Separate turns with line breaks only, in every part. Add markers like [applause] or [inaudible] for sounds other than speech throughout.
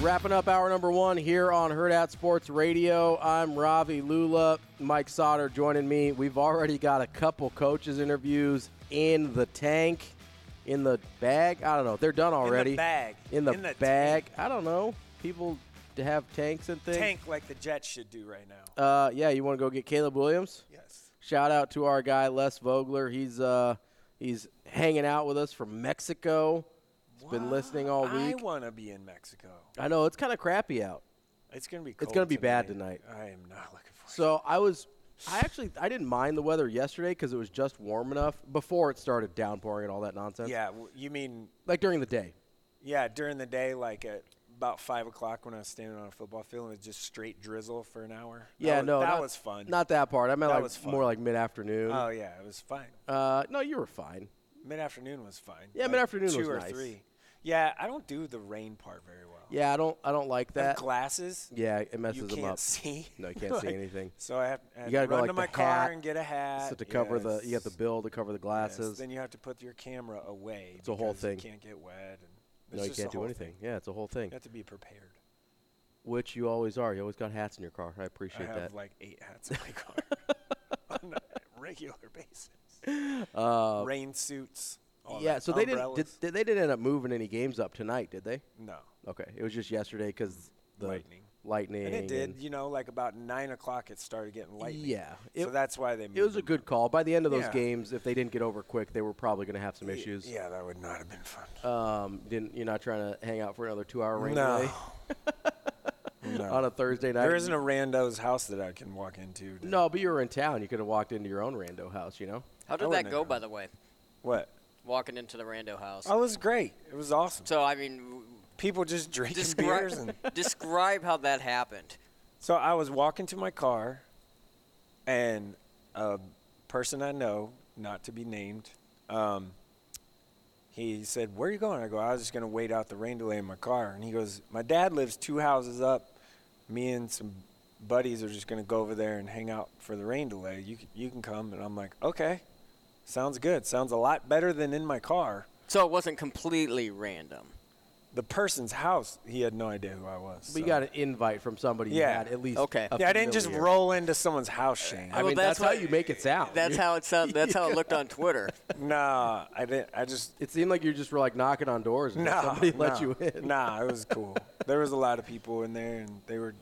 Wrapping up hour number one here on Herd Out Sports Radio. I'm Ravi Lula. Mike Sauter joining me. We've already got a couple coaches interviews in the tank, in the bag. I don't know. They're done already.
In the bag.
In the,
In the
bag. I don't know. People to have tanks and things.
Tank like the Jets should do right now.
Uh, yeah, you want to go get Caleb Williams?
Yes.
Shout out to our guy Les Vogler. He's uh, he's hanging out with us from Mexico. He's been listening all
I
week.
want to be in Mexico.
I know it's kind of crappy out.
It's gonna be. Cold
It's gonna be bad
I am not looking for.
So I was, I actually, I didn't mind the weather yesterday because it was just warm enough before it started downpouring and all that nonsense.
it. Yeah, w- you mean
Like during the day.
yeah during the day, like at about five o'clock when I was standing on a football field and it was just straight drizzle for an hour. That
yeah,
was-
no,
that
not-
was fun.
Not that part. I meant
That
like
was fun.
more like mid afternoon.
Oh yeah, it was fine.
uh, no, you were fine.
Mid afternoon was fine.
Yeah,
Like,
mid-afternoon
two
was
or
nice.
three. Yeah, I don't do the rain part very well.
Yeah, I don't, I don't like
Them
that.
glasses.
yeah, it messes
you
them
can't
up.
see. [laughs]
No, you can't see
Like,
anything.
So I have, I have
You gotta
to
go
run
like
to
the
my car
hat,
and get a hat.
So to cover the, you got
yes.
the bill to cover the
Yes,
glasses.
Then you have to put your camera away.
It's a whole
because
thing.
You can't get wet. And it's
no, you
just the
can't do
whole
anything.
thing.
Yeah, it's a whole thing.
You have to be prepared.
Which you always are. You always got hats in your car. I appreciate
I have
that.
like eight hats in
[laughs]
my car [laughs] on a regular basis. Rain suits. all
Uh, yeah,
that.
so they didn't, did,
Oh, Umbrellas.
did- they didn't end up moving any games up tonight, did they?
no.
Okay, it was just yesterday because the
Lightning.
lightning,
And it did. You know, like about nine o'clock, it started getting lightning.
Yeah,
so
it-
that's why they. Moved
It was a
them
good call. By the end of those
Yeah.
games, if they didn't get over quick, they were probably going to have some
up.
issues.
Yeah, that would not have been fun.
Um, didn't you're not trying to hang out for another two-hour rain
no.
delay
no.
[laughs] on a Thursday night?
there isn't a rando's house that I can walk into. to-
no, but you were in town. You could have walked into your own rando house. You know,
How did
wouldn't
that
have
go,
known.
by the way?
What?
Walking into the Rando house.
Oh, it was great. It was awesome.
So I mean, w-
People just drinking beers and
[laughs] describe describe how that happened.
So I was walking to my car, and a person I know, not to be named, um, he said, "Where are you going?" I go, "I was just gonna wait out the rain delay in my car." And he goes, "My dad lives two houses up. Me and some buddies are just gonna go over there and hang out for the rain delay. You can, you can come." And I'm like, "Okay, sounds good. Sounds a lot better than in my car."
So it wasn't completely random.
The person's house, he had no idea who I was.
we
so-
got an invite from somebody. who
Yeah.
had at least
Okay.
a
Yeah, I didn't just
familiar.
roll into someone's house, Shane.
I
Well,
mean, that's,
that's
how
what-
you make it sound.
That's how it sounded. That's how it
[laughs]
looked on Twitter.
Nah, I didn't. I just
It seemed like you just were like knocking on doors and
[laughs] nah.
somebody [laughs] let
nah.
you in.
Nah, it was cool. there was a lot of people in there, and they were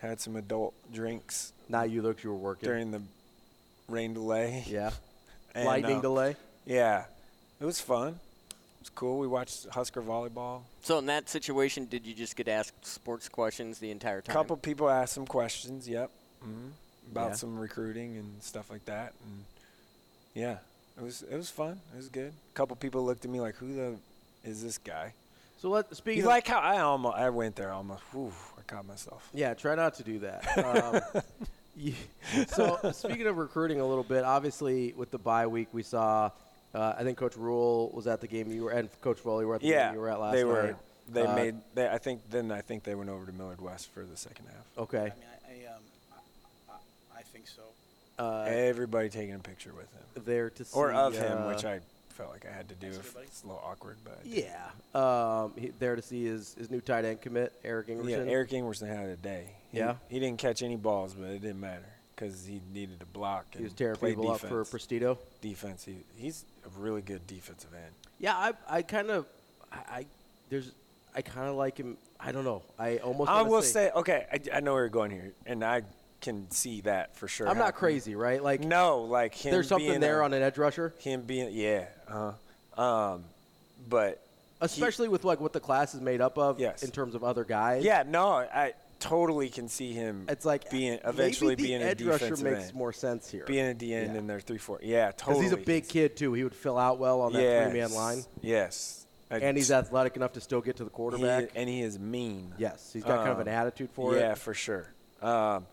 had some adult drinks
Now you looked, you were working.
during the rain delay.
[laughs] yeah,
And,
lightning
uh,
delay.
Yeah, it was fun. It was cool. We watched Husker volleyball.
So in that situation, did you just get asked sports questions the entire
A
time?
couple people asked some questions. Yep, hmm about
Mm-hmm. Yeah.
some recruiting and stuff like that. And yeah, it was it was fun. It was good. A couple people looked at me like, "Who the is this guy?"
So let speaking
You
of-
like how I almost I went there almost. Whew, I caught myself.
Yeah, try not to do that. [laughs] Um, you- so speaking of recruiting a little bit, obviously with the bye week, we saw. Uh, I think Coach Rule was at the game you were, and Coach Foley were at the
Yeah,
game you were at last
they
night.
were. They
Uh,
made. They, I think then I think they went over to Millard West for the second half.
Okay.
I mean, I, I, um, I, I- I think so.
Uh,
Everybody taking a picture with him
There to see
or of him,
uh,
which I felt like I had to do. If it's a little awkward, but I did.
Yeah. Um, he, there to see his, his new tight end commit, Eric
yeah,
Ingerson.
Eric Ingerson had a day. He-
Yeah?
he didn't catch any balls, but it didn't matter because he needed to block. And
He was tearing
play
people
defense.
up for Prestito.
defense. He, he's a really good defensive end.
Yeah, I I kind of I, I there's I kind of like him. I don't know. I almost
I
wanna
will say, okay, I, I know where you're going here, and I can see that for sure.
I'm not
happening.
crazy, right? Like
No, like him.
there's something
being
there
a-
on an edge rusher,
him being yeah, uh, um, but
especially with like what the class is made up of
Yes.
in terms of other guys.
yeah, no, I totally can see him.
it's like
being
maybe
eventually
the
being
edge
a
rusher
defensive
makes
end.
more sense here
being a DN
Yeah.
in their three four. Yeah,
because
totally.
he's a big kid too. He would fill out well on that
Yes.
three man line,
Yes, I-
and he's athletic enough to still get to the
he-
quarterback.
and he is mean.
yes, he's got kind of an attitude for
yeah,
it.
for sure. Um,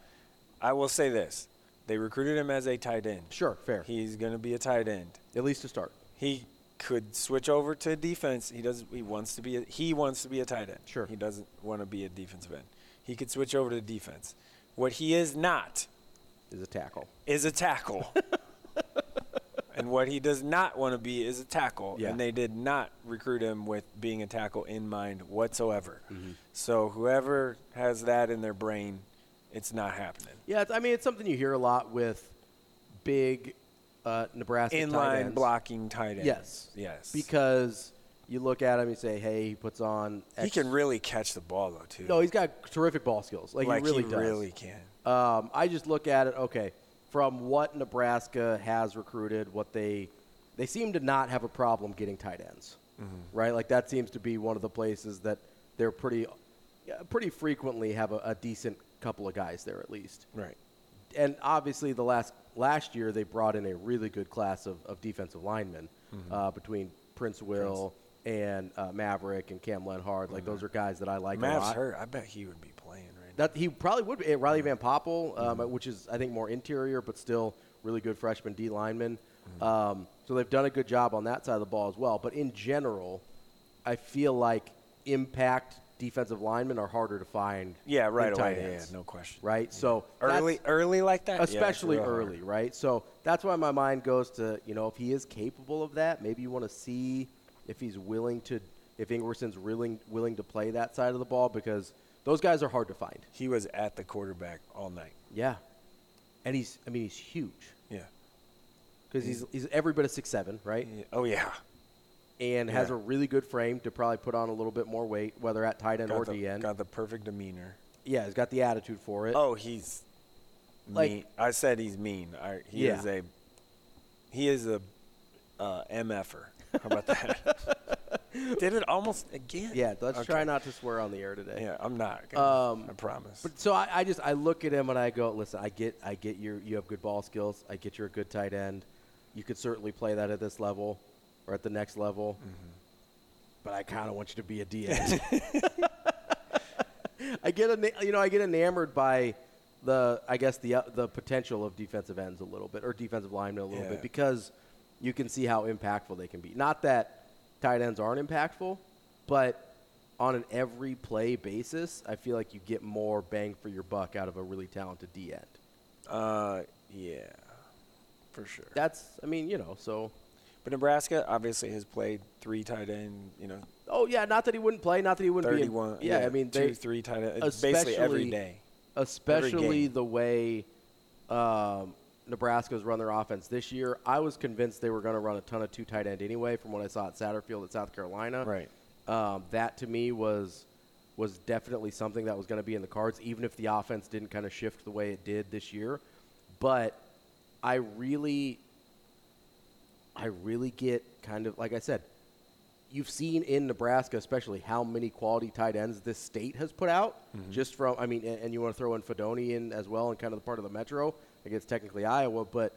I will say this: they recruited him as a tight end.
Sure, fair.
He's going to be a tight end.
At least to start.
He could switch over to defense. He does. He wants to be. A, he wants to be a tight end.
Sure.
He doesn't want to be a defensive end. He could switch over to defense. What he is not
Is a tackle.
is
[laughs]
a tackle. and what he does not want to be is a tackle.
Yeah.
And they did not recruit him with being a tackle in mind whatsoever.
Mm-hmm.
So whoever has that in their brain, it's not happening.
Yeah, it's, I mean it's something you hear a lot with big uh, Nebraska tight
Inline
ends.
blocking tight end.
Yes,
Yes.
Because you look at him, you say, "Hey, he puts on."
he
X-
can really catch the ball though too.
No, he's got terrific ball skills. Like,
like
he really
he
does.
really can.
Um, I just look at it. Okay, from what Nebraska has recruited, what they they seem to not have a problem getting tight ends,
Mm-hmm.
right? Like that seems to be one of the places that they're pretty, yeah, pretty frequently have a, a decent couple of guys there at least.
Right.
and obviously the last last year they brought in a really good class of, of defensive linemen
Mm-hmm.
uh, between Prince Will and uh, Maverick and Cam Lenhard. Like those are guys that I like a
Mm-hmm. Mav's
lot.
hurt. I bet he would be playing right now.
That he probably would be eh, Riley Van Poppel, um,
Mm-hmm.
which is I think more interior, but still really good freshman D lineman.
Mm-hmm.
Um, so they've done a good job on that side of the ball as well. But in general, I feel like impact defensive linemen are harder to find.
Yeah,
than
right away.
tight
Yeah, yeah,
ends,
no question.
Right, so
Early,
that's-
early like that, Yeah, it's
especially
real hard.
early, right? So that's why my mind goes to you know if he is capable of that, maybe you want to see if he's willing to if Ingerson's willing willing to play that side of the ball because those guys are hard to find.
He was at the quarterback all night.
Yeah, and he's I mean he's huge
Yeah.
because he's he's every bit of six seven, right?
Yeah. Oh yeah.
And has
Yeah.
a really good frame to probably put on a little bit more weight, whether at tight end or
Got the,
DN.
got the perfect demeanor.
yeah, he's got the attitude for it.
Oh, he's
Like-
mean. I said he's mean. I, he
Yeah.
is a he is a uh, mf'er. How about that?
[laughs]
Did it almost again?
yeah. Let's
Okay.
try not to swear on the air today.
Yeah, I'm not. gonna, I promise.
But so I, I just I look at him and I go, listen, I get I get your you have good ball skills. I get you're a good tight end. You could certainly play that at this level or at the next level.
Mm-hmm.
But I kind of want you to be a
[laughs]
DN. I get ena- you know I get enamored by the I guess the uh, the potential of defensive ends a little bit or defensive linemen a little
Yeah.
bit because you can see how impactful they can be. Not that tight ends aren't impactful, but on an every play basis, I feel like you get more bang for your buck out of a really talented D end.
uh, yeah, for sure.
That's I mean you know so
But Nebraska obviously has played three tight end. You know,
oh yeah not that he wouldn't play not that he wouldn't be in-
thirty-one.
yeah, I mean
two,
they,
three tight end. It's basically
especially-
every day.
especially
game.
the way um, Nebraska's run their offense this year. I was convinced they were going to run a ton of two tight end anyway, from what I saw at Satterfield at South Carolina.
Right.
Um, that to me was was definitely something that was going to be in the cards, even if the offense didn't kind of shift the way it did this year. But I really, I really get kind of like I said. You've seen in Nebraska, especially, how many quality tight ends this state has put out. Just from, I mean, and, and you want to throw in Fedoni in as well, and kind of the part of the metro. I guess technically Iowa, but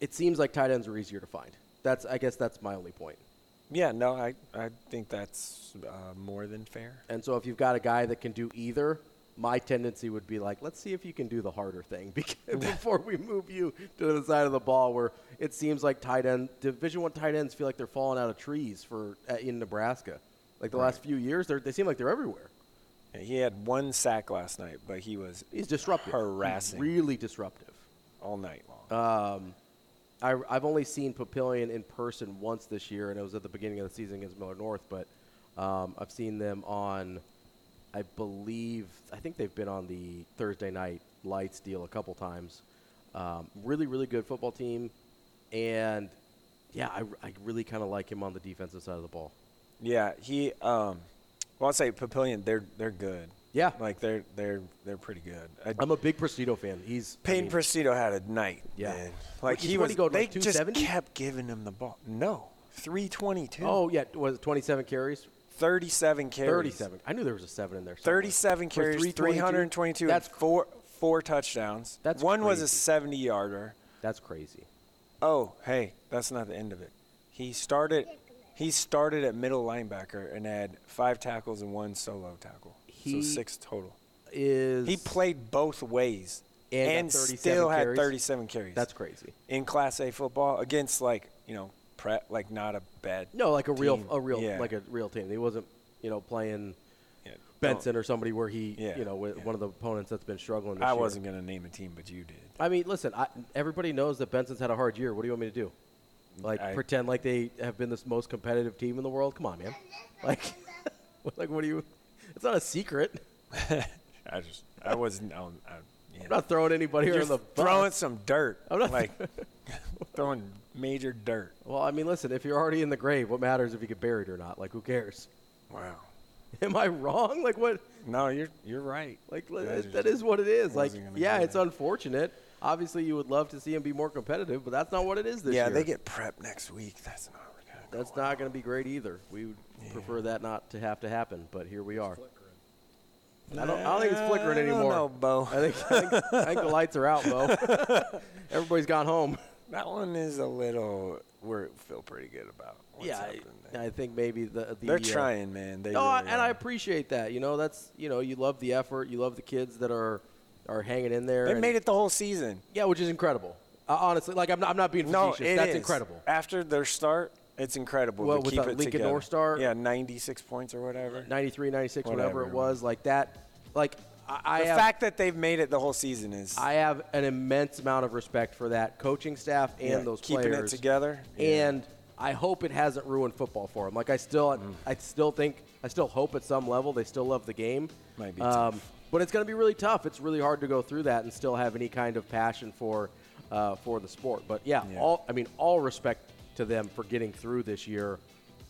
it seems like tight ends are easier to find. That's, I guess, that's my only point.
Yeah, no, I I think that's uh, more than fair.
And so if you've got a guy that can do either, my tendency would be like, let's see if you can do the harder thing [laughs] because before we move you to the side of the ball where it seems like tight end Division One tight ends feel like they're falling out of trees for uh, in Nebraska. Like the last few years, they they seem like they're everywhere.
Yeah, He had one sack last night, but he was
He's disruptive, Uh, He's
harassing
really disruptive.
all night long.
I, I've only seen Papillion in person once this year, and it was at the beginning of the season against Miller North. But um, I've seen them on, I believe, I think they've been on the Thursday night lights deal a couple times. Um, really, really good football team, and yeah, I, I really kind of like him on the defensive side of the ball.
Yeah, he. Um, well, I'll say Papillion. They're they're good.
Yeah.
like they're they're they're pretty good. I,
I'm a big Prestito fan. He's I
Peyton
mean,
Prestito had a night.
Yeah.
man. like
He's
he
what,
was.
he going,
they
like,
just
270?
kept giving him the ball. No, three twenty-two.
Oh yeah, was it 27 carries?
thirty-seven carries.
37. I knew there was a seven in there. somewhere.
37
For
carries, 322.
That's
and four four touchdowns.
That's
one was a
crazy.
70 yarder.
that's crazy.
Oh, hey, that's not the end of it. He started he started at middle linebacker and had five tackles and one solo tackle.
He-
so six total.
Is
He played both ways
And got 37
still had
carries?
37 carries.
That's crazy.
In Class A football against like, you know, prep like not a bad
No, like a real,
team.
a real,
Yeah.
like a real team. He wasn't, you know, playing
Yeah, don't-
Benson or somebody where he,
Yeah,
you know, with
yeah.
one of the opponents that's been struggling. This
I
year.
wasn't going to name a team, but you did.
I mean, listen. I, everybody knows that Benson's had a hard year. What do you want me to do? Like
I-
pretend like they have been this most competitive team in the world? Come on, man. Like, [laughs] like what do you? It's not a secret.
I just, I wasn't, I, I, yeah.
I'm not throwing anybody
You're
under the bus.
throwing some dirt.
I'm not- [laughs]
like throwing major dirt.
Well, I mean, listen. If you're already in the grave, what matters if you get buried or not? Like, who cares? [laughs]
Wow.
Am I wrong? Like what?
No, you're you're right.
Like
Yeah, I just-
that is what it is. Like
wasn't gonna
yeah,
do
it's
that.
unfortunate. Obviously, you would love to see him be more competitive, but that's not what it is this
yeah,
year.
they get prep next week. That's not what we're gonna go
That's
with.
not going to be great either. We would prefer that not to have to happen, but here we are. I don't, I don't think it's flickering
I don't
anymore.
know, Bo.
I think, I, think, I think the lights are out,
[laughs]
Bo. Everybody's gone home.
That one is a little. We feel pretty good about. What's
yeah,
happening
I,
there.
I think maybe the, the
they're
uh,
trying, man. They
No, I-
really
and I
are.
appreciate that. You know, that's you know, you love the effort. You love the kids that are are hanging in there.
They
and-
made it the whole season.
Yeah, which is incredible. Uh, honestly, like I'm not, I'm not being
No,
facetious.
it
That's
is.
incredible.
After their start, it's incredible.
Well,
to
with
keep
that
it
Lincoln
together.
North Star-
Yeah, 96 points or whatever.
93, 96, whatever, it
Whatever.
was, like that. Like I, I
the
have,
fact that they've made it the whole season is
I have an immense amount of respect for that coaching staff and
Yeah,
those
keeping it
players
together. Yeah.
And I hope it hasn't ruined football for them. Like I still, I still think, I still hope at some level they still love the game. Um,
Might be tough.
but it's going to be really tough. It's really hard to go through that and still have any kind of passion for, uh, for the sport. But yeah,
Yeah.
all I mean, all respect to them for getting through this year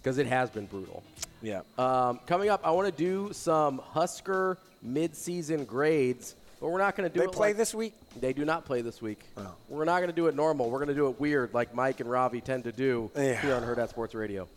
because it has been brutal.
yeah.
Um, coming up, I want to do some Husker midseason grades, but we're not going to do
They
it
play
like-
this week?
They do not play this week. We're not going to do it normal. We're going to do it weird, like Mike and Ravi tend to do
Yeah.
here on Herd at Sports Radio.